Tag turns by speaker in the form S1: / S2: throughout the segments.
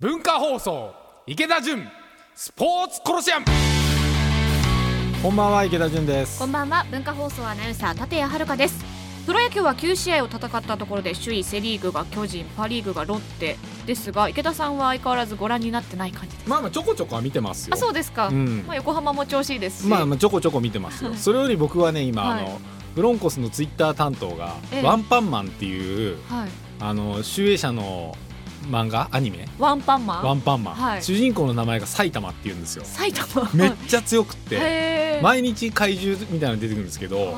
S1: 日放送池田純スポーツコロシアム
S2: こんばんは池田純です
S3: こんばんは文化放送アナウンサー立谷遥ですプロ野球は9試合を戦ったところで首位セ・リーグが巨人パ・リーグがロッテですが池田さんは相変わらずご覧になってない感じです
S2: まあまあちょこちょこは見てますよ
S3: あそうですか、
S2: うん
S3: まあ、横浜も調子いいですし、
S2: まあまあちょこちょこ見てますよそれより僕はね今、あ
S3: は
S2: のブロンコスのツイッター担当が、
S3: ええ
S2: ワンパンマンっていう
S3: はい、
S2: あの集英社の漫画アニメ
S3: ワンパンマン
S2: ワンパンマン、
S3: はい
S2: 主人公の名前が埼玉っていうんですよ
S3: 埼玉
S2: めっちゃ強くって
S3: へー
S2: 毎日怪獣みたいなの出てくるんですけど、
S3: はい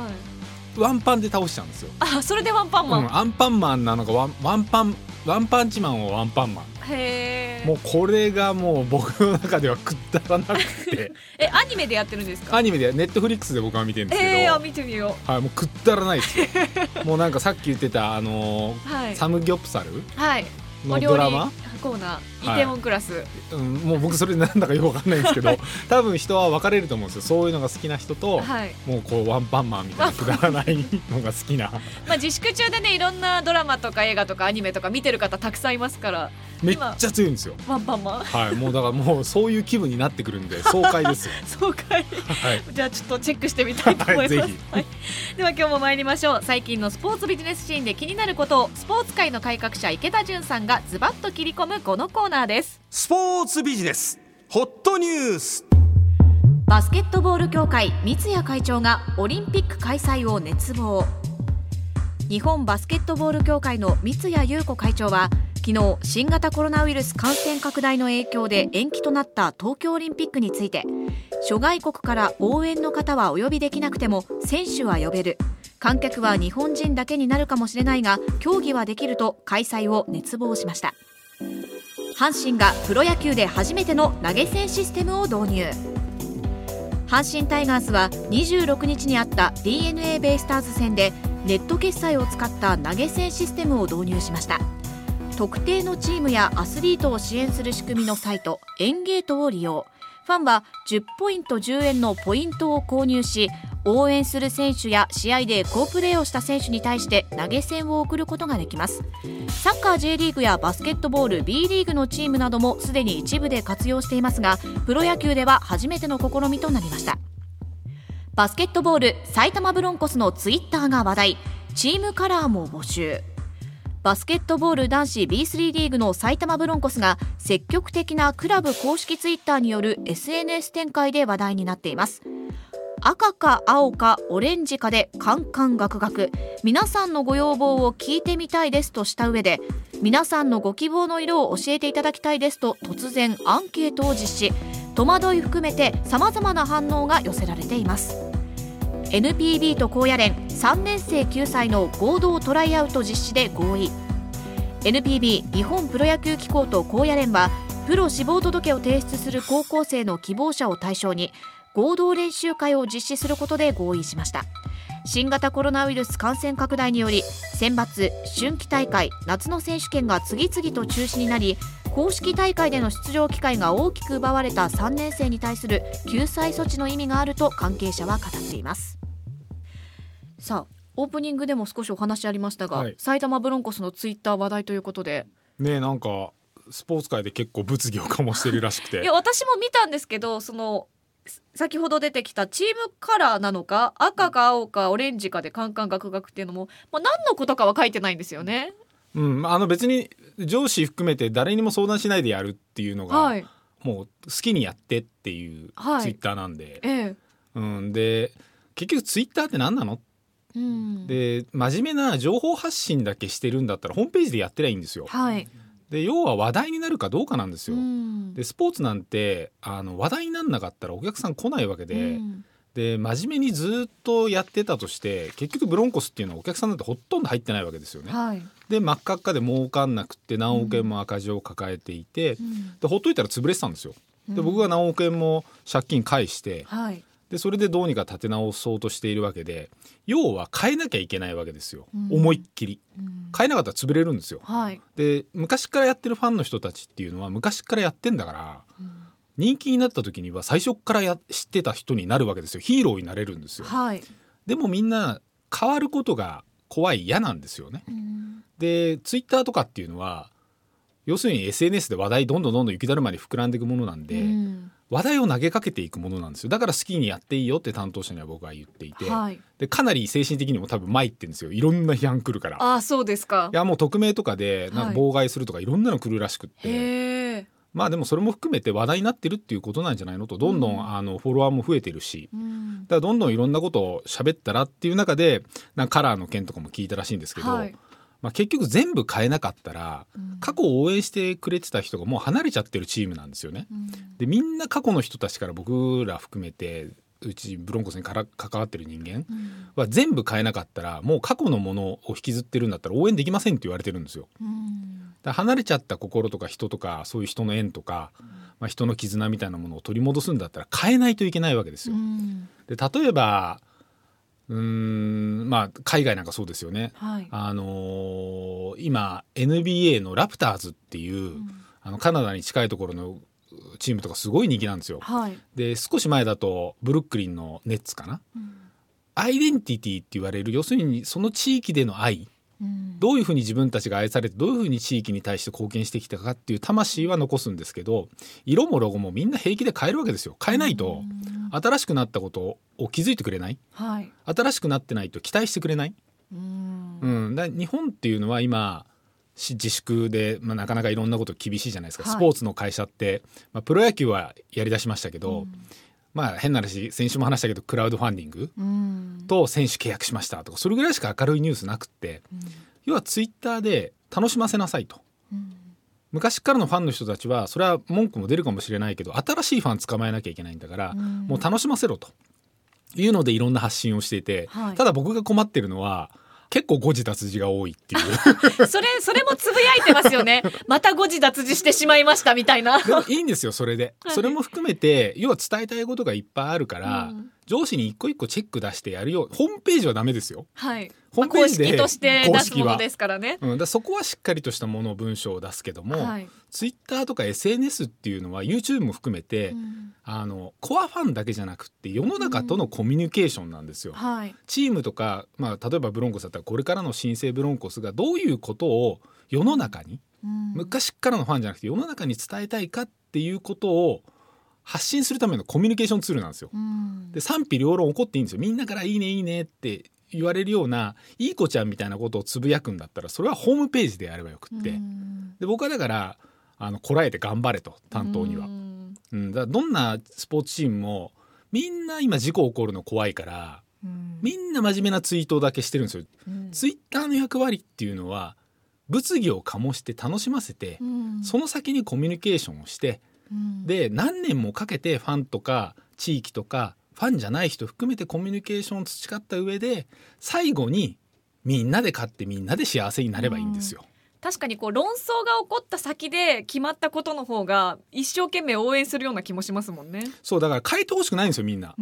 S2: ワンパンで倒しちゃうんですよ、
S3: あそれでワンパン
S2: う
S3: マン、
S2: ん、アンパンマンなのかワンワンパンワンパンチマンをワンパンマン
S3: へえ
S2: もうこれがもう僕の中ではくだらなく て
S3: えアニメでやってるんですか
S2: アニメでネットフリックスで僕は見てるんですけど、
S3: えー、あ見てみよ
S2: はい、もうくだらないです よもうなんかさっき言ってたあのー
S3: うはい
S2: サムギョプサル
S3: はい
S2: のドラマ、
S3: コーナー、
S2: はい
S3: イテモンクラス
S2: うん、もう僕それなんだかよくわかんないんですけど多分人は分かれると思うんですよそういうのが好きな人と、
S3: はい、
S2: もうこうワンパンマンみたいなくだらないのが好きな
S3: まあ、自粛中でねいろんなドラマとか映画とかアニメとか見てる方たくさんいますから
S2: めっちゃ強いんですよ
S3: ワンパンマン
S2: はいもうだからもうそういう気分になってくるんで爽快 ですよ
S3: 爽快
S2: はい
S3: じゃあちょっとチェックしてみたいと思います、
S2: はいぜひ
S3: はいでは今日も参りましょう最近のスポーツビジネスシーンで気になることをスポーツ界の改革者池田純さんがズバッと切り込むこのコーナーです
S4: スポーツビジネスホットニュース
S3: バスケットボール協会三谷会長がオリンピック開催を熱望日本バスケットボール協会の三谷裕子会長は昨日新型コロナウイルス感染拡大の影響で延期となった東京オリンピックについて諸外国から応援の方はお呼びできなくても選手は呼べる観客は日本人だけになるかもしれないが競技はできると開催を熱望しました阪神がプロ野球で初めての投げ銭システムを導入阪神タイガースは26日にあった d n a ベイスターズ戦でネット決済を使った投げ銭システムを導入しました特定のチームやアスリートを支援する仕組みのサイトエンゲートを利用ファンは10ポイント10円のポイントを購入し応援する選手や試合で好プレーをした選手に対して投げ銭を送ることができますサッカー J リーグやバスケットボール B リーグのチームなどもすでに一部で活用していますがプロ野球では初めての試みとなりましたバスケットボール埼玉ブロンコスのツイッターが話題チームカラーも募集バスケットボール男子 B3 リーグの埼玉ブロンコスが積極的なクラブ公式ツイッターによる SNS 展開で話題になっています赤か青かオレンジかでカンカンガクガク皆さんのご要望を聞いてみたいですとした上で皆さんのご希望の色を教えていただきたいですと突然アンケートを実施戸惑い含めて様々な反応が寄せられています NPB と高野連3年生救済の合同トライアウト実施で合意 NPB 日本プロ野球機構と高野連はプロ志望届を提出する高校生の希望者を対象に合同練習会を実施することで合意しました新型コロナウイルス感染拡大により選抜春季大会夏の選手権が次々と中止になり公式大会での出場機会が大きく奪われた3年生に対する救済措置の意味があると関係者は語っていますさあオープニングでも少しお話ありましたが、
S2: はい
S3: 埼玉ブロンコスのツイッター話題ということで
S2: ねなんかスポーツ界で結構物議を醸してるらしくて
S3: いや私も見たんですけどそのす先ほど出てきたチームカラーなのか赤か青かオレンジかでカンカンガクガクっていうのも、まあ、何のことかは書いてないんですよね。
S2: うん、あの別に上司含めて誰にも相談しないでやるっていうのが、
S3: はい、
S2: もう好きにやってっていう
S3: はい
S2: ツイッターなんで、
S3: ええ
S2: うん、で結局ツイッターって何なの
S3: うん、
S2: で真面目な情報発信だけしてるんだったらホームページでやってりゃいいんですよ。
S3: はい、
S2: で要は話題になるかどうかなんです
S3: う
S2: よ。
S3: ん、
S2: でスポーツなんてあの話題になんなかったらお客さん来ないわけで,、
S3: うん
S2: で真面目にずっとやってたとして結局ブロンコスっていうのはお客さんなんてほとんど入ってないわけですよね。
S3: はい、
S2: で真っ赤っかで儲かんなくって何億円も赤字を抱えていて、
S3: うん
S2: でほっといたら潰れてたんですよ。
S3: う
S2: で
S3: ん
S2: 僕が何億円も借金返して
S3: はい、
S2: でそれでどうにか立て直そうとしているわけで要は変えなきゃいけないわけですよ、
S3: うん
S2: 思いっきり
S3: うん
S2: 変えなかったら潰れるんですよ
S3: はい、
S2: で昔からやってるファンの人たちっていうのは昔からやってんだから
S3: うん
S2: 人気になった時には最初からや知ってた人になるわけですよヒーローになれるんですよ
S3: はい、
S2: でもみんな変わることが怖い嫌なんですよね
S3: うん
S2: でツイッターとかっていうのは要するに SNS で話題どんどんどんどん雪だるまに膨らんでいくものなんで、
S3: うん
S2: 話題を投げかけていくものなんですよだから好きにやっていいよって担当者には僕は言っていて、
S3: はい
S2: でかなり精神的にも多分参ってんですよいろんな批判来るから。
S3: ああそうですか
S2: いやもう匿名とかでなんか妨害するとかいろんなの来るらしくって、
S3: へえ、
S2: まあでもそれも含めて話題になってるっていうことなんじゃないのとどんど
S3: うん
S2: んあのフォロワーも増えてるし
S3: うん、
S2: だからどんどんいろんなことを喋ったらっていう中でなんかカラーの件とかも聞いたらしいんですけど、
S3: はい
S2: まあ、結局全部変えなかったら
S3: うん
S2: 過去を応援してくれてた人がもう離れちゃってるチームなんですよね。
S3: うん
S2: でみんな過去の人たちから僕ら含めてうちブロンコスにから関わってる人間
S3: うん
S2: は全部変えなかったらもう過去のものを引きずってるんだったら応援できませんって言われてるんですよ。
S3: うん
S2: だから離れちゃった心とか人とかそういう人の縁とか、まあ、人の絆みたいなものを取り戻すんだったら変えないといけないわけです
S3: う
S2: よ。
S3: ん
S2: で例えばうーんまあ海外なんかそうですよね。
S3: はい
S2: あのー今 NBA のラプターズっていう、あのカナダに近いところのチームとかすごい人気なんですよ。
S3: はい、
S2: で少し前だとブルックリンのネッツかな。
S3: うん
S2: アイデンティティって言われる要するにその地域での愛
S3: うん
S2: どういうふうに自分たちが愛されてどういうふうに地域に対して貢献してきたかっていう魂は残すんですけど色もロゴもみんな平気で変えるわけですよ変えないと
S3: うん
S2: 新しくなったことを気づいてくれない
S3: はい
S2: 新しくなってないと期待してくれない、
S3: うん
S2: うん、だ日本っていうのは今し自粛で、まあ、なかなかいろんなこと厳しいじゃないですか、
S3: はい
S2: スポーツの会社って、まあ、プロ野球はやりだしましたけど、
S3: うん
S2: まあ変な話先週も話したけどクラウドファンディング
S3: うん
S2: と選手契約しましたとかそれぐらいしか明るいニュースなくって要はツイッターで楽しませなさいと。
S3: うん
S2: 昔からのファンの人たちはそれは文句も出るかもしれないけど新しいファン捕まえなきゃいけないんだから、
S3: うん
S2: もう楽しませろというのでいろんな発信をしていて、
S3: はい
S2: ただ僕が困ってるのは結構誤字脱字が多いっていう
S3: それそれもつぶやいてますよ ねまた誤字脱字してしまいましたみたいな
S2: でもいいんですよそれで、それも含めて要は伝えたいことがいっぱいあるから、
S3: うん
S2: 上司に一個一個チェック出してやるようホームページはダメですよ、
S3: はい
S2: ホームページで
S3: まあ公式として出
S2: 公
S3: す
S2: 式
S3: も
S2: は
S3: のですからね
S2: うん、だからそこはしっかりとしたものを文章を出すけども、
S3: はい、
S2: ツイッターとか SNS っていうのは YouTube も含めて、
S3: うん
S2: あのコアファンだけじゃなくって世の中とのコミュニケーションなんですよ。
S3: はい
S2: チームとか、まあ、例えばブロンコスだったらこれからの新生ブロンコスがどういうことを世の中に
S3: うん
S2: 昔っからのファンじゃなくて世の中に伝えたいかっていうことを発信するためのコミュニケーションツールなんですよ。
S3: うん
S2: で賛否両論起こっていいんですよ。みんなから「いいねいいね」って言われるようないい子ちゃんみたいなことをつぶやくんだったらそれはホームページでやればよくって、
S3: うん
S2: で僕はだからあのこらえて頑張れと担当には
S3: う。ん
S2: うん、だからどんなスポーツチームもみんな今事故起こるの怖いから
S3: うん
S2: みんな真面目なツイートだけしてるんですよ。
S3: うん
S2: ツイッターの役割っていうのは物議を醸して楽しませて
S3: うん
S2: その先にコミュニケーションをして
S3: うん
S2: で何年もかけてファンとか地域とかファンじゃない人含めてコミュニケーションを培った上で最後にみんなで勝ってみんなで幸せになればいいんですよ。
S3: 確かにこう論争が起こった先で決まったことの方が一生懸命応援するような気もしますもんね。
S2: そうだから変えてほしくないんですよみんな。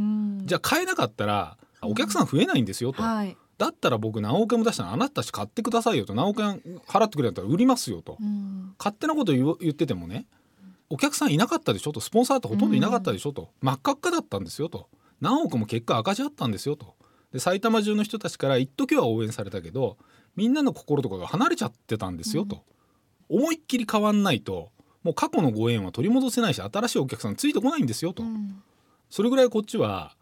S2: じ
S3: ゃ
S2: ゃあ変えなかったらお客さん増えないんですよと。
S3: はい、
S2: だったら僕何億円も出したらあなたたち買ってくださいよと何億円払ってくれたら売りますよと、
S3: うん
S2: 勝手なこと言う言っててもねお客さんいなかったでしょとスポンサーってほとんどいなかったでしょと、真っ赤っかだったんですよと何億も結果赤字あったんですよとで埼玉中の人たちから一時は応援されたけどみんなの心とかが離れちゃってたんですよと、思いっきり変わんないともう過去のご縁は取り戻せないし新しいお客さんついてこないんですよと、
S3: うん
S2: それぐらいこっちは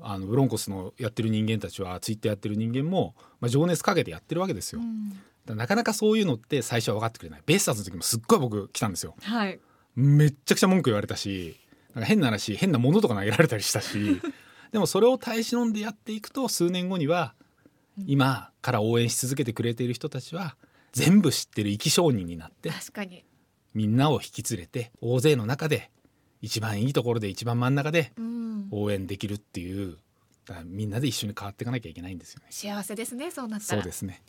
S2: あのブロンコスのやってる人間たちはツイッターやってる人間も、まあ、情熱かけてやってるわけですよ、だからなかなかそういうのって最初は分かってくれないベイスターズの時もすっごい僕来たんですよ
S3: はい、
S2: めっちゃくちゃ文句言われたしなんか変な話変なものとか投げられたりしたし でもそれを耐え忍んでやっていくと数年後には今から応援し続けてくれている人たちは全部知ってる生き証人になって
S3: 確かに、
S2: みんなを引き連れて大勢の中で一番いいところで一番真ん中で
S3: うん、
S2: 応援できるっていうだからみんなで一緒に変わっていかなきゃいけないんですよね。
S3: 幸せですねそうなった
S2: そう
S3: ら
S2: ですね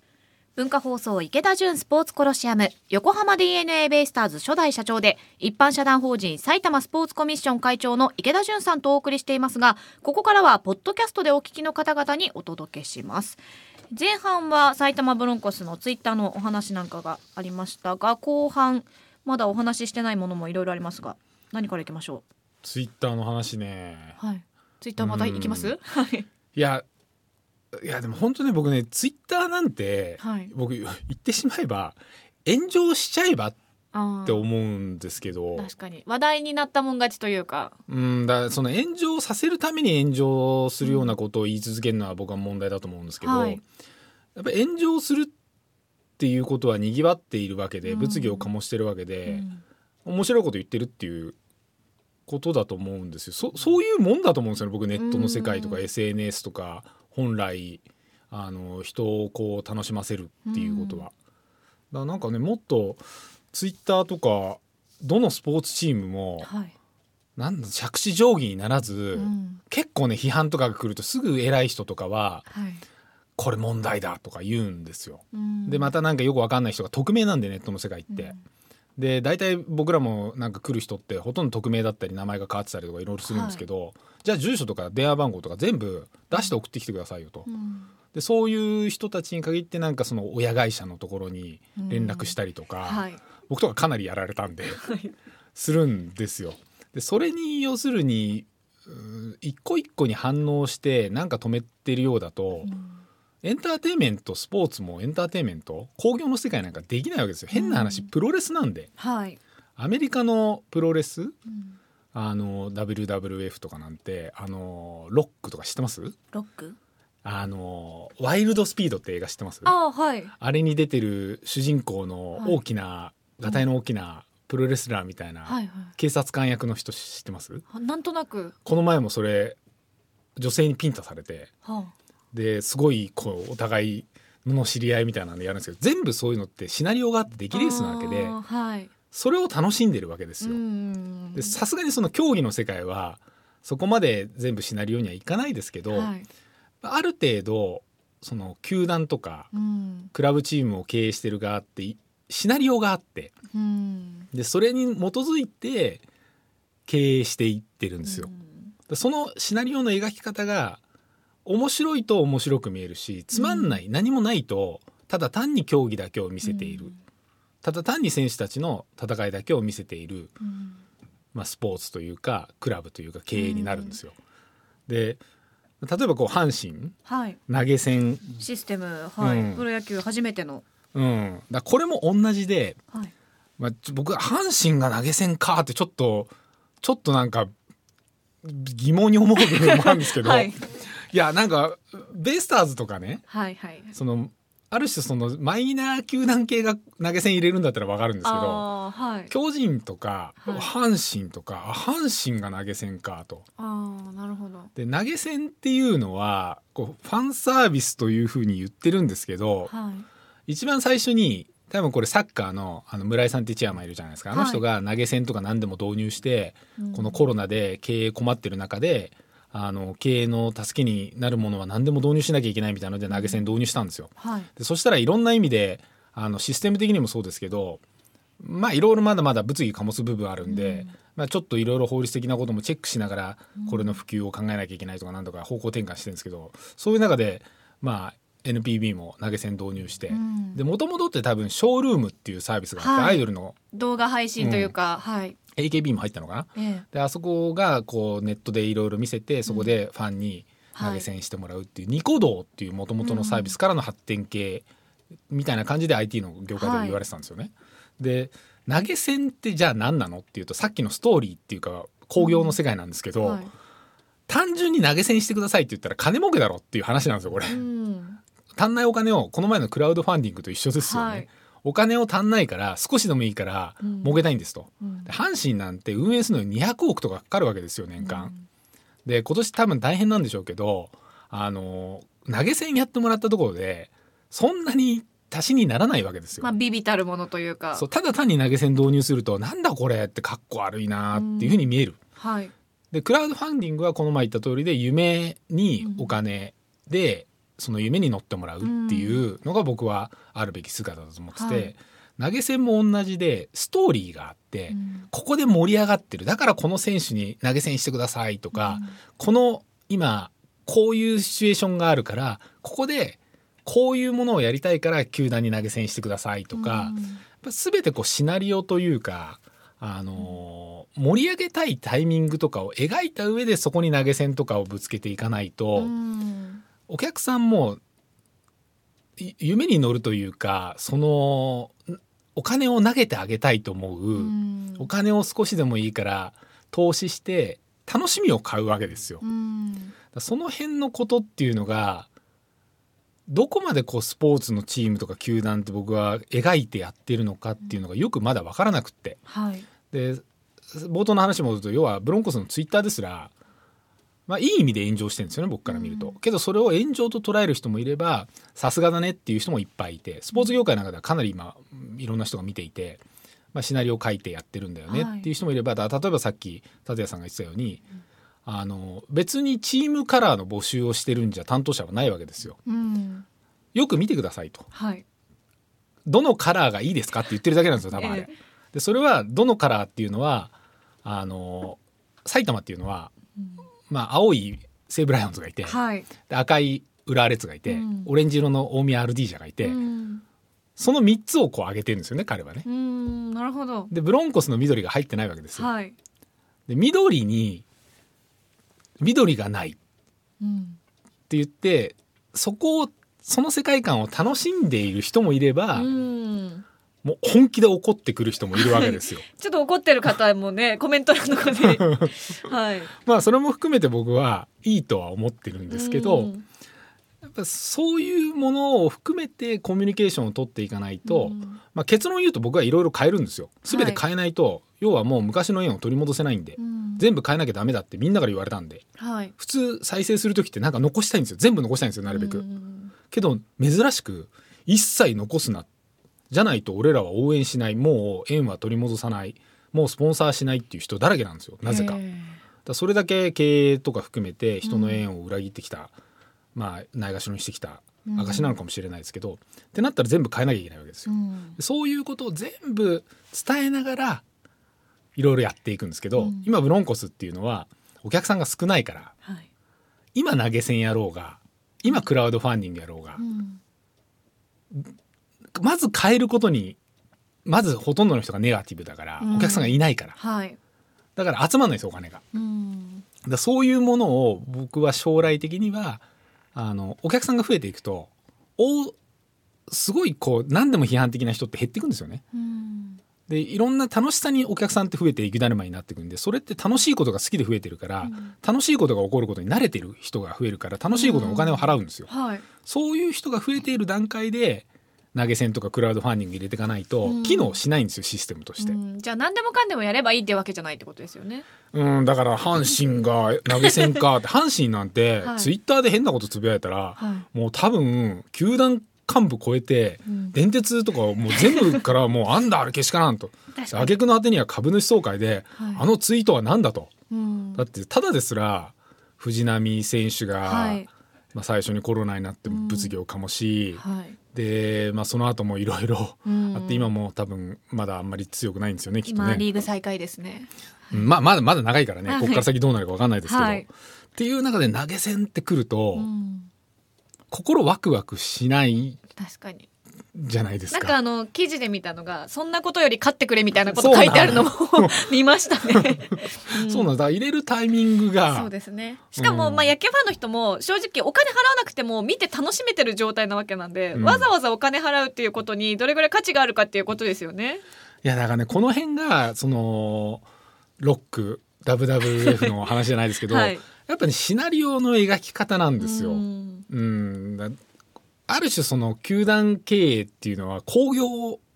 S3: 文化放送池田純スポーツコロシアム横浜 d n a ベイスターズ初代社長で一般社団法人埼玉スポーツコミッション会長の池田純さんとお送りしていますがここからはポッドキャストでお聞きの方々にお届けします前半は埼玉ブロンコスのツイッターのお話なんかがありましたが後半まだお話ししてないものもいろいろありますが何からいきましょ
S2: ツイッターの話ね
S3: うはいツイッターまたいきます
S2: うん
S3: はい
S2: いやいやでも本当ね僕ねツイッターなんて、
S3: はい
S2: 僕言ってしまえば炎上しちゃえばっ
S3: っ
S2: って思うんですけど、
S3: 確かに話題になったもん勝ちというか
S2: うんだその炎上させるために炎上するようなことを言い続けるのは僕は問題だと思うんですけど、
S3: はい
S2: やっぱり炎上するっていうことはにぎわっているわけで
S3: うん
S2: 物議を醸してるわけ
S3: う
S2: で、
S3: ん
S2: 面白いこと言ってるっていうことだと思うんですよそそういうもんだと思うんですよね僕ネットの世界とか
S3: うん
S2: SNS とか本来あの人をこう楽しませるっていうことは。だからなんかねもっとツイッターとかどのスポーツチームも
S3: はい
S2: なんだ着地定規にならず、
S3: うん
S2: 結構ね批判とかが来るとすぐ偉い人とかは
S3: はい
S2: 「これ問題だ」とか言うんですよ。
S3: うん
S2: でまたなんかよくわかんない人が匿名なんでネットの世界って。で大体僕らもなんか来る人ってほとんど匿名だったり名前が変わってたりとかいろいろするんですけど、じゃあ住所とか電話番号とか全部出して送ってきてくださいよと。
S3: うん
S2: でそういう人たちに限ってなんかその親会社のところに連絡したりとか、
S3: はい
S2: 僕とかかなりやられた んで、
S3: い
S2: するんですよ。でそれに要するにうー一個一個に反応してなんか止めてるようだと、
S3: うん
S2: エンターテインメントスポーツもエンターテインメント興行の世界なんかできないわけですよ。変な話、
S3: うん
S2: プロレスなんで
S3: はい
S2: アメリカのプロレス
S3: うん
S2: あの WWF とかなんてあのロックとか知ってます
S3: ロック
S2: あのワイルドスピードって映画知ってます
S3: ああはい
S2: あれに出てる主人公の
S3: はい
S2: 大きな、がたいの大きなプロレスラーみたいな、
S3: はいはい
S2: 警察官役の人知ってます
S3: あなんとなく
S2: この前もそれ女性にピンタされて
S3: は
S2: ですごいこうお互いの知り合いみたいなんでやるんですけど全部そういうのってシナリオがあってで
S3: あ
S2: きレースなわけで
S3: あーはい
S2: それを楽しんでるわけですよ。
S3: ん
S2: でさすがにその競技の世界はそこまで全部シナリオにはいかないですけど、
S3: はい
S2: ある程度その球団とか
S3: うん
S2: クラブチームを経営してる側っていシナリオがあって
S3: うん
S2: でそれに基づいて経営していってるんですよ。
S3: うん
S2: だそのシナリオの描き方が面白いと面白く見えるしつまんない、何もないとただ単に競技だけを見せている、ただ単に選手たちの戦いだけを見せている、
S3: うん
S2: まあ、スポーツというかクラブというか経営になるんですよ。で例えばこう阪神
S3: はい
S2: 投げ銭、
S3: システムはい、
S2: うん
S3: プロ野球初めての
S2: うん、だこれも同じで、
S3: はい
S2: まあ、ちょ僕は阪神が投げ銭かってちょっとちょっとなんか疑問に思う部分もあるんですけど、
S3: はいい、
S2: やなんかベイスターズとかね
S3: はいはい
S2: そのある種そのマイナー球団系が投げ銭入れるんだったらわかるんですけど
S3: ああはい
S2: 巨人とか
S3: はい
S2: 阪神とか、あ阪神が投げ銭かと。
S3: ああなるほど
S2: で投げ銭っていうのはこうファンサービスというふうに言ってるんですけど
S3: はい
S2: 一番最初に多分これサッカーのあの村井さんってチェアマンいるじゃないですかあの人が投げ銭とか何でも導入して、
S3: うん
S2: このコロナで経営困ってる中であの経営の助けになるものは何でも導入しなきゃいけないみたいなので投げ銭導入したんですよ。
S3: はい
S2: でそしたらいろんな意味であのシステム的にもそうですけどまあいろいろまだまだ物議醸す部分あるんで、まあ、ちょっといろいろ法律的なこともチェックしながらこれの普及を考えなきゃいけないとかなんとか方向転換してるんですけどそういう中でまあ NPB も投げ銭導入して、
S3: ん
S2: で元々って多分ショールームっていうサービスがあって、
S3: はい
S2: アイドルの
S3: 動画配信というか、はい、
S2: AKB も入ったのかな
S3: ええ、
S2: であそこがこうネットでいろいろ見せてそこでファンに投げ銭してもらうっていう、ニコ動っていうもともとのサービスからの発展系みたいな感じで IT の業界で言われてたんですよね。で投げ銭ってじゃあ何なのっていうとさっきのストーリーっていうか興行の世界なんですけど、
S3: はい
S2: 単純に投げ銭してくださいって言ったら金儲けだろっていう話なんですよ これ。
S3: うん
S2: 足んないお金をこの前のクラウドファンディングと一緒ですよね。
S3: はい
S2: お金を足んないから少しでもいいから
S3: うん
S2: 儲けたいんですと。
S3: うん
S2: で阪神なんて運営するのに200億とかかかるわけですよ年間。で今年多分大変なんでしょうけどあの投げ銭やってもらったところでそんなに足しにならないわけですよ。
S3: まあビビたるものというか
S2: そうただ単に投げ銭導入するとなんだこれってかっこ悪いなっていうふうに見える。
S3: はい
S2: でクラウドファンディングはこの前言った通りで夢にお金で、その夢に乗ってもらうっていうのが僕はあるべき姿だと思ってて、投げ銭も同じでストーリーがあって、
S3: うん
S2: ここで盛り上がってるだからこの選手に投げ銭してくださいとか、この今こういうシチュエーションがあるからここでこういうものをやりたいから球団に投げ銭してくださいとか、
S3: うん
S2: やっぱ全てこうシナリオというか、あのー盛り上げたいタイミングとかを描いた上でそこに投げ銭とかをぶつけていかないと、
S3: うん
S2: お客さんもい夢に乗るというかそのんお金を投げてあげたいと思う、
S3: うん
S2: お金を少しでもいいから投資して楽しみを買うわけですよ。だか
S3: うん
S2: らその辺のことっていうのがどこまでこうスポーツのチームとか球団って僕は描いてやってるのかっていうのがよくまだ分からなくって
S3: はい
S2: で冒頭の話もと要はブロンコスのツイッターですら、まあ、いい意味で炎上してるんですよね僕から見ると、
S3: うん
S2: けどそれを炎上と捉える人もいればさすがだねっていう人もいっぱいいてスポーツ業界の中ではかなり今いろんな人が見ていて、まあ、シナリオを書いてやってるんだよね
S3: はい
S2: っていう人もいれば、だ例えばさっき達也さんが言ってたように、あの別にチームカラーの募集をしてるんじゃ担当者はないわけですよ。
S3: うん
S2: よく見てくださいと
S3: はい
S2: どのカラーがいいですかって言ってるだけなんですよ多分あれ。
S3: え
S2: でそれはどのカラーっていうのはあの埼玉っていうのは、まあ、青い西武ライオンズがいて、
S3: はい
S2: で赤い浦和レッズがいて、
S3: うん
S2: オレンジ色の大宮アルディージャがいて、
S3: うん
S2: その3つをこう上げてるんですよね彼はね。
S3: うんなるほど
S2: でブロンコスの緑が入ってないわけですよ。
S3: はい
S2: で緑に緑がないって
S3: うん
S2: 言ってそこをその世界観を楽しんでいる人もいれば、
S3: うん
S2: もう本気で怒ってくる人もいるわけですよ。
S3: ちょっと怒ってる方もね、 コメント欄の子 で。はい。
S2: まあそれも含めて僕はいいとは思ってるんですけど、
S3: うん
S2: やっぱそういうものを含めてコミュニケーションを取っていかないと、
S3: うん
S2: まあ、結論を言うと僕はいろいろ変えるんですよ。全て変えないと、要はもう昔の縁を取り戻せないんで、
S3: うん
S2: 全部変えなきゃダメだってみんなから言われたんで
S3: はい。
S2: 普通再生する時ってなんか残したいんですよ全部残したいんですよなるべく。
S3: うん
S2: けど珍しく一切残すなじゃないと俺らは応援しないもう縁は取り戻さないもうスポンサーしないっていう人だらけなんですよなぜか。
S3: え
S2: だか
S3: え
S2: らそれだけ経営とか含めて人の縁を裏切ってきた、まあないがしろにしてきた
S3: うん
S2: 証なのかもしれないですけど、ってなったら全部変えなきゃいけないわけですよ。
S3: うん
S2: そういうことを全部伝えながらいろいろやっていくんですけど、
S3: うん
S2: 今ブロンコスっていうのはお客さんが少ないから
S3: はい。
S2: 今投げ銭やろうが今クラウドファンディングやろうが
S3: う、ん
S2: まず変えることにまずほとんどの人がネガティブだから、
S3: うん
S2: お客さんがいないから
S3: はい。
S2: だから集まんないですよお金が。
S3: うん
S2: だからそういうものを僕は将来的にはあのお客さんが増えていくとおすごいこう何でも批判的な人って減っていくんですよね。
S3: うん
S2: でいろんな楽しさにお客さんって増えていくだるまになっていくんでそれって楽しいことが好きで増えてるから、
S3: うん
S2: 楽しいことが起こることに慣れてる人が増えるから楽しいことにお金を払うんですよ、
S3: はい。
S2: そういう人が増えている段階で投げ銭とかクラウドファンディング入れていかないと
S3: うん
S2: 機能しないんですよシステムとして、
S3: う
S2: うん、
S3: んじゃあ何でもかんでもやればいいってわけじゃないってことですよね。
S2: だから阪神が投げ銭かって 阪神なんて
S3: はい
S2: ツイッターで変なことつぶやいたら、
S3: は
S2: もう多分球団幹部超えて、
S3: うん
S2: 電鉄とかをもう全部からもうあんだあれけしからんと
S3: 確かに
S2: 挙句の果てには株主総会で、
S3: はい
S2: あのツイートは何だと
S3: うん
S2: だってただですら藤浪選手が、
S3: はい
S2: まあ、最初にコロナになって物議を醸し、
S3: はい。
S2: で、まあ、その後もいろいろ
S3: うん
S2: あって今も多分まだあんまり強くないんですよねきっと
S3: 今
S2: ね
S3: リーグ最下位ですね。
S2: うんまあまだまだ長いからね
S3: はい
S2: ここから先どうなるか分かんないですけど、
S3: はい
S2: っていう中で投げ銭ってくると、
S3: うん
S2: 心ワクワクしない
S3: 確かに。
S2: じゃないです
S3: なん
S2: か
S3: かあの記事で見たのがそんなことより勝ってくれみたいなこと書いてある のも見ましたね。ん
S2: そうなんだ入れるタイミングが
S3: そうですね。しかも、
S2: うん
S3: まあ野球ファンの人も正直お金払わなくても見て楽しめてる状態なわけなんで、
S2: うん
S3: わざわざお金払うっていうことにどれぐらい価値があるかっていうことですよね。
S2: いやだからねこの辺がそのロック WWF の話じゃないですけど、
S3: はい
S2: やっぱり、ね、シナリオの描き方なんですよ。
S3: う
S2: うん
S3: ん
S2: だある種その球団経営っていうのは興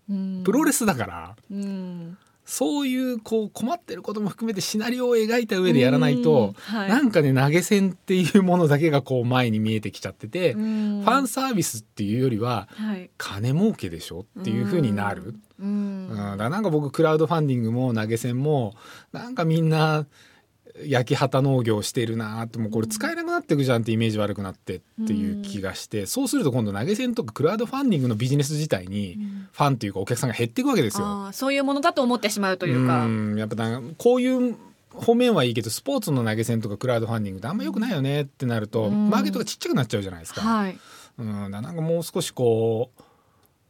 S2: 行プロレスだから、
S3: うん
S2: そういうこう困ってることも含めてシナリオを描いた上でやらない
S3: うん
S2: と、
S3: はい
S2: なんかね投げ銭っていうものだけがこう前に見えてきちゃってて、
S3: う
S2: フ
S3: ん
S2: ァンサービスっていうよりは
S3: はい
S2: 金儲けでしょっていうふうになる。
S3: う
S2: うん、
S3: ん
S2: だからなんか僕クラウドファンディングも投げ銭もなんかみんな焼き畑農業してるなーってもうこれ使えなくなってくじゃんってイメージ悪くなってっていう気がして、そうすると今度投げ銭とかクラウドファンディングのビジネス自体にファンというかお客さんが減っていくわけですよ。
S3: あーそういうものだと思ってしまうというか。
S2: んやっぱなんかこういう方面はいいけどスポーツの投げ銭とかクラウドファンディングってあんま良くないよねってなると、
S3: うん
S2: マーケットがちっちゃくなっちゃうじゃないですか。
S3: はい。
S2: うん、だなんかもう少しこ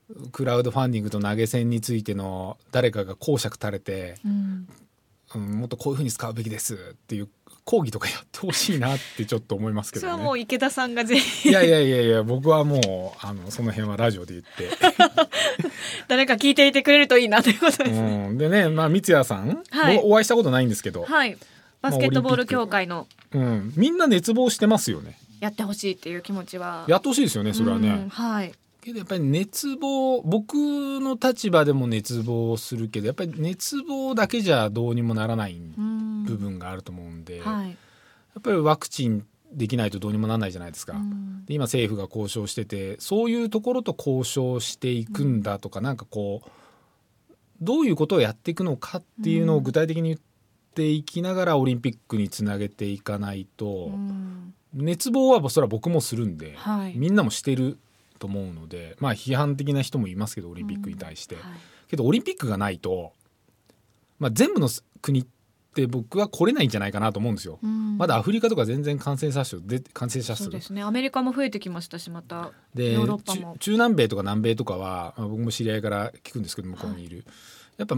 S2: うクラウドファンディングと投げ銭についての誰かが講釈垂れて、
S3: うん
S2: うん、もっとこういうふうに使うべきですっていう講義とかやってほしいなってちょっと思いますけ
S3: そ
S2: ど
S3: れは
S2: ね
S3: もう池田さんがぜ
S2: い
S3: ひ
S2: やいやいやいや僕はもうあのその辺はラジオで言っ
S3: 誰か聞いていてくれるといいなということ
S2: て、
S3: です、
S2: うん、でねまあ三谷さん、
S3: はい
S2: おお会いしたことないんですけど、
S3: はいバスケットボール協会の
S2: うん、みんな熱望してますよね
S3: やってほしいっていう気持ちは
S2: やってほしいですよねそれは
S3: うん
S2: ね
S3: はい
S2: けどやっぱり熱望僕の立場でも熱望するけどやっぱり熱望だけじゃどうにもならない
S3: うん
S2: 部分があると思うんで、や
S3: はい
S2: っぱりワクチンできないとどうにもならないじゃないですか、
S3: うん
S2: で今政府が交渉しててそういうところと交渉していくんだとか、なんかこうどういうことをやっていくのかっていうのを具体的に言っていきながらオリンピックにつなげていかないと、
S3: うん
S2: 熱望はそれは僕もするんで、
S3: はい
S2: みんなもしてると思うのでまあ批判的な人もいますけどオリンピックに対して、
S3: はい
S2: けどオリンピックがないと、まあ、全部の国って僕は来れないんじゃないかなと思うんですよ。
S3: うん
S2: まだアフリカとか全然感染者数で感染者
S3: そう
S2: 数
S3: ですねアメリカも増えてきましたしまた
S2: で
S3: ヨーロッパも
S2: 中中南米とか南米とかは、まあ僕も知り合いから聞くんですけど向こうにいる、やっぱ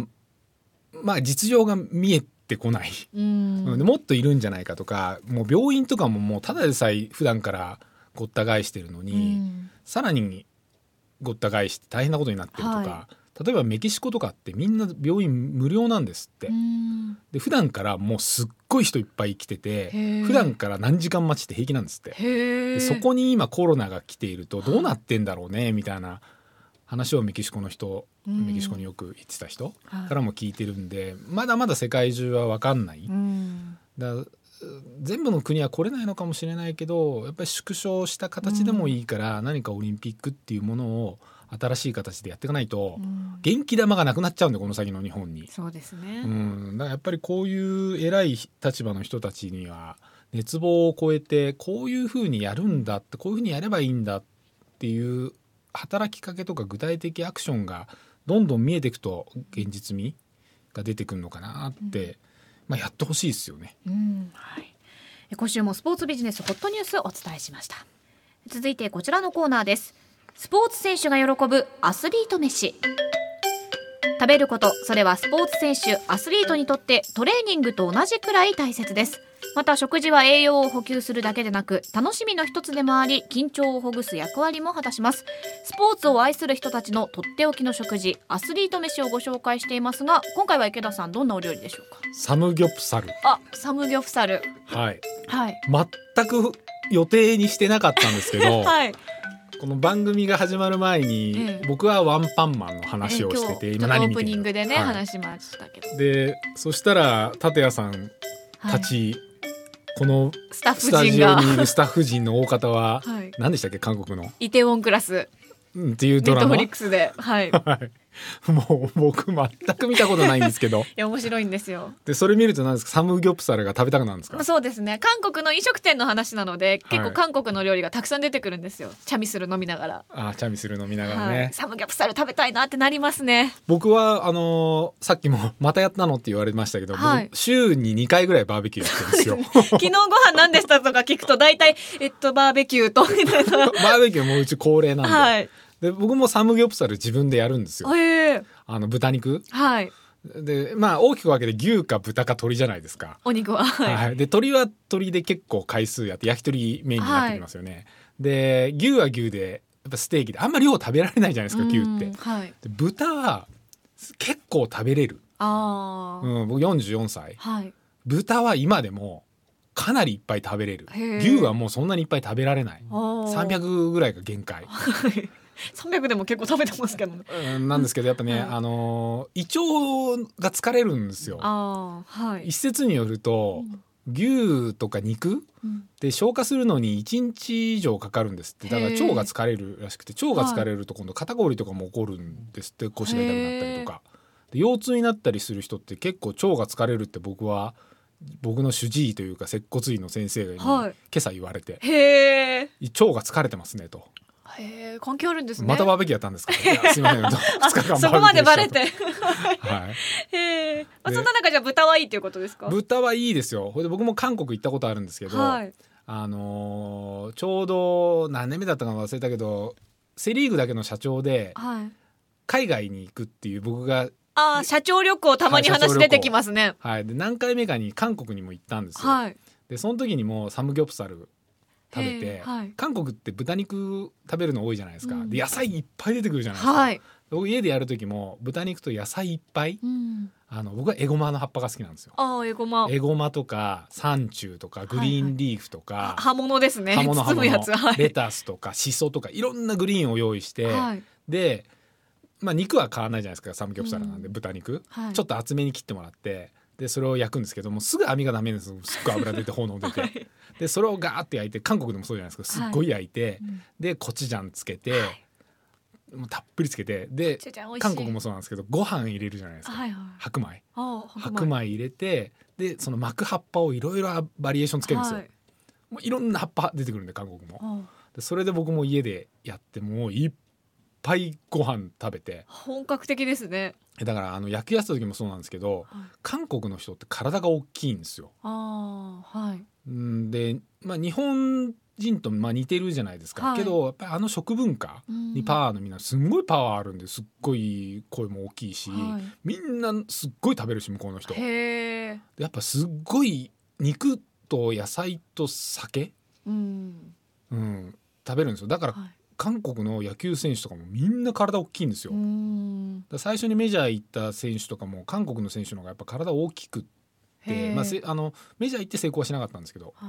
S2: まあ実情が見えてこない、
S3: うん
S2: うんでもっといるんじゃないかとかもう病院とかももうただでさえ普段からごった返してるの
S3: う
S2: に、
S3: ん
S2: さらにごった返して大変なことになってるとか、
S3: は
S2: 例えばメキシコとかってみんな病院無料なんですって、
S3: うん
S2: で普段からもうすっごい人いっぱい来てて
S3: へえ
S2: 普段から何時間待ちって平気なんですって。
S3: へ
S2: で
S3: え
S2: そこに今コロナが来ているとどうなってんだろうねみたいな話をメキシコの人
S3: うん
S2: メキシコによく行ってた人
S3: はい
S2: からも聞いてるんでまだまだ世界中は分かんない
S3: うん
S2: だからうん全部の国は来れないのかもしれないけどやっぱり縮小した形でもいいから何かオリンピックっていうものを新しい形でやっていかないと
S3: うん
S2: 元気玉がなくなっちゃうんでこの先の日本に。
S3: そうですね
S2: うん、だからやっぱりこういう偉い立場の人たちには熱望を超えてこういうふうにやるんだってこういうふうにやればいいんだっていう働きかけとか具体的アクションがどんどん見えていくと現実味が出てくるのかなって、まあ、やってほしいですよね。
S3: うんはい、今週もスポーツビジネスホットニュースをお伝えしました続いてこちらのコーナーですスポーツ選手が喜ぶアスリート飯食べることそれはスポーツ選手アスリートにとってトレーニングと同じくらい大切ですまた食事は栄養を補給するだけでなく楽しみの一つでもあり緊張をほぐす役割も果たしますスポーツを愛する人たちのとっておきの食事アスリート飯をご紹介していますが今回は池田さんどんなお料理でしょうか
S2: サムギョプサル、
S3: あ、サムギョプサル。
S2: はい、
S3: はい。
S2: 全く予定にしてなかったんですけど、
S3: はい。
S2: この番組が始まる前に、
S3: ええ
S2: 僕はワンパンマンの話をしてて、
S3: え
S2: 今
S3: ー今日ちょっと
S2: 何
S3: オー
S2: 見
S3: プ
S2: て
S3: ニ
S2: る
S3: ングでね、
S2: はい
S3: 話しましたけど。
S2: でそしたら立谷さん
S3: はい
S2: たち、この
S3: スタッ
S2: スタ
S3: フ陣
S2: ジオ
S3: が。
S2: にいるスタッフ陣の大方は、
S3: はい
S2: 何でしたっけ韓国の、
S3: イテウォンクラス、
S2: うん、っていう
S3: ネ
S2: ド
S3: ッ
S2: ラ
S3: トフ
S2: マ
S3: リックスで、はい。い
S2: はいもう僕全く見たことないんですけど
S3: や、面白いんですよ。
S2: でそれ見ると何ですかサムギョプサルが食べ たくなるんですか
S3: まあ、そうですね。韓国の飲食店の話なので、結
S2: は
S3: 構
S2: い
S3: 韓国の料理がたくさん出てくるんですよ。チャミスル飲みながら。
S2: あーチャミスル飲みながらね、
S3: はい、サムギョプサル食べたいなってなりますね。
S2: 僕はあのーさっきも「またやったの?」って言われましたけど、僕
S3: はい
S2: 週に2回ぐらいバーベキューやってるんですよ
S3: 昨日ご飯何でしたとか聞くと大体、えっと、バーベキューと、みたいな。
S2: バーベキューもううち恒例なんで,、
S3: はい。
S2: で僕もサムギョプサル自分でやるんですよ
S3: ええ
S2: あの豚肉
S3: はい。
S2: でまあ大きく分けて牛か豚か鶏じゃないですか。
S3: お肉は。はい。
S2: はい、で鶏は鶏で結構回数やって焼き鳥メインになってきますよね。で牛は牛でやっぱステーキであんまり量食べられないじゃないですか牛って
S3: うん。はい。
S2: で豚は結構食べれる、
S3: ああ、
S2: うん、僕44歳
S3: はい。
S2: 豚は今でもかなりいっぱい食べれる
S3: へー
S2: 牛はもうそんなにいっぱい食べられない
S3: 三百
S2: 300ぐらいが限界、
S3: 三百でも結構食べてますけどね。
S2: うん、なんですけどやっぱね、
S3: はい
S2: あのー胃腸が疲れるんですよ。
S3: ああはい
S2: 一。説によると、牛とか肉
S3: うん
S2: で消化するのに1日以上かかるんですってだから
S3: へー
S2: 腸が疲れるらしくて腸が疲れると今度肩こりとかも起こるんですって腰が痛くなったりとかで腰痛になったりする人って結構腸が疲れるって僕は僕の主治医というか接骨院の先生に
S3: はい
S2: 今朝言われて
S3: へえ。
S2: 「腸が疲れてますね」と
S3: へえ関係あるん
S2: 「
S3: ですね。
S2: またバーベキューやったんですか?」 いやすいま せん
S3: あ
S2: 2日間
S3: そこまで
S2: バ
S3: バ
S2: ーベ
S3: レ
S2: キュー
S3: て。
S2: したとはい
S3: へえ。まあ
S2: で
S3: そんな中じゃあ豚はいいということですか。
S2: 豚はいいですよほいで僕も韓国行ったことあるんですけど、
S3: はい。
S2: あのーちょうど何年目だったか忘れたけどセ・リーグだけの社長で
S3: はい。
S2: 海外に行くっていう僕が、
S3: ああ社長旅行たまに
S2: はい社長旅
S3: 話
S2: 行
S3: 出てきますね。
S2: はい、で何回目かに韓国にも行ったんですよ。
S3: はい。
S2: でその時にもうサムギョプサル食べ
S3: へ
S2: て、
S3: ーはい
S2: 韓国って豚肉食べるの多いじゃないですか、
S3: うん
S2: で野菜いっぱい出てくるじゃないですか、
S3: はい。
S2: 僕家でやる時も豚肉と野菜いっぱい
S3: うん。
S2: あの僕はエゴマの葉っぱが好きなんですよ
S3: ああ、エゴマ。
S2: エゴマとかサンチューとかグリーンリーフとか、
S3: は葉物ですね。
S2: 葉物葉
S3: 包む
S2: 物
S3: やつ。は
S2: レ
S3: い。
S2: タスとかシソとかいろんなグリーンを用意して、
S3: はい。
S2: で、まあ、肉は買わないじゃないですかサムギョプサルなんで、
S3: うん
S2: 豚肉、
S3: はい
S2: ちょっと厚めに切ってもらってでそれを焼くんですけどもうすぐ網がダメですすっごい油出て炎出て、
S3: はい
S2: でそれをガーって焼いて韓国でもそうじゃないですかすっごい焼いて、
S3: うん
S2: でコチュジャンつけて、もうたっぷりつけてで
S3: ちゅうちゃん美味し
S2: 韓
S3: い。
S2: 国も。そうなんですけどご飯入れるじゃないですか、
S3: はいはい。
S2: 白米
S3: ああ、
S2: 白米入れてでその巻く葉っぱをいろいろバリエーションつけるんですよ、
S3: はい
S2: い、もういろんな葉っぱ出てくるんで韓国も。
S3: ああ
S2: でそれで僕も家でやってもういっぱいご飯食べて
S3: 本格的ですね。
S2: だからあの野球やってた時もそうなんですけど
S3: はい
S2: 韓国の人って体が大きいんですよ。
S3: ああ、はい。
S2: うんで、まあ、日本人とまあ似てるじゃないですか、
S3: はい
S2: けどやっぱりあの食文化にパワーのみんなすんごいパワーあるんですっごい声も大きいし、
S3: はい
S2: みんなすっごい食べるし向こうの人。で
S3: へえ。
S2: やっぱすっごい肉と野菜と酒、
S3: うん。
S2: うん、食べるんですよだから
S3: はい。
S2: 韓国の野球選手とかもみんな体大きいんですよ。
S3: うん。
S2: だから最初にメジャー行った選手とかも韓国の選手の方がやっぱ体大きくっ
S3: へ
S2: て、
S3: ー
S2: まあ、せあのメジャー行って成功はしなかったんですけど
S3: はい。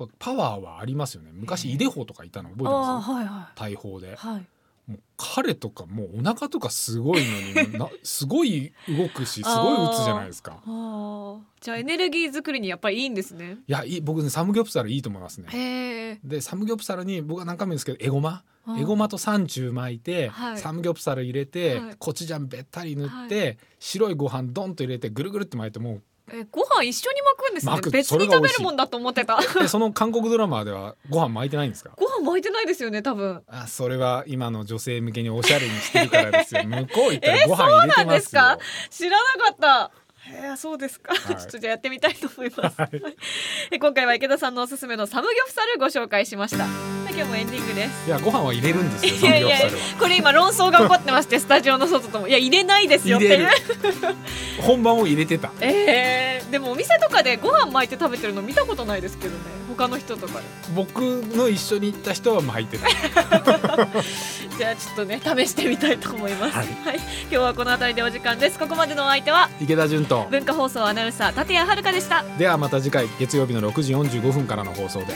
S2: やっぱパワーはありますよね昔イデホとかいたの覚えて
S3: ああ、
S2: ます
S3: はいは
S2: 大砲で
S3: い。はい。
S2: もう彼とかもうお腹とかすごいのに なすごい動くしすごい打つじゃないですか
S3: ああ、じゃあエネルギー作りにやっぱりいいんですね。
S2: いやいい僕ねサムギョプサルいいと思いますね
S3: へえ。
S2: でサムギョプサルに僕は何回も言うんですけどエゴマ
S3: うん
S2: エゴマとサンチュー巻いて、
S3: はい
S2: サムギョプサル入れて、
S3: はい
S2: コチュジャンべったり塗って、白いご飯ドンと入れてぐるぐるって巻いてもう
S3: え、ご飯一緒に巻くんですね
S2: 巻。く
S3: 別
S2: そ
S3: に
S2: れが
S3: 食
S2: 美
S3: べ
S2: 味しい
S3: るもんだと思ってた。
S2: えその韓国ドラマではご飯巻いてないんですか
S3: ご飯巻いてないですよね、多分。
S2: あそれは今の女性向けにおしゃれにしてるからですよ向こう行ったらご 飯入れてますよ、
S3: えそうなんで知らなかった。へえ、そうですか。
S2: はい
S3: ちょっとじゃあやってみたいと思います。 え今回は池田さんのおすすめのサムギョプサルご紹介しました。さあ今日もエンディングです。
S2: いやご飯は入れるんですよ
S3: いやいや
S2: サムギョプサルは
S3: これ今論争が起こってまして スタジオの外ともいや入れないですよっていう
S2: 本番を入れてた
S3: えー、でもお店とかでご飯巻いて食べてるの見たことないですけどね他の人とかで
S2: 僕の一緒に行った人は巻いてた
S3: じゃあちょっとね試してみたいと思います、は
S2: はいい
S3: 今日はこの辺りでお時間ですここまでのお相手は
S2: 池田純 と
S3: 文化放送アナウンサー立谷遥香でした
S2: ではまた次回月曜日の6時45分からの放送で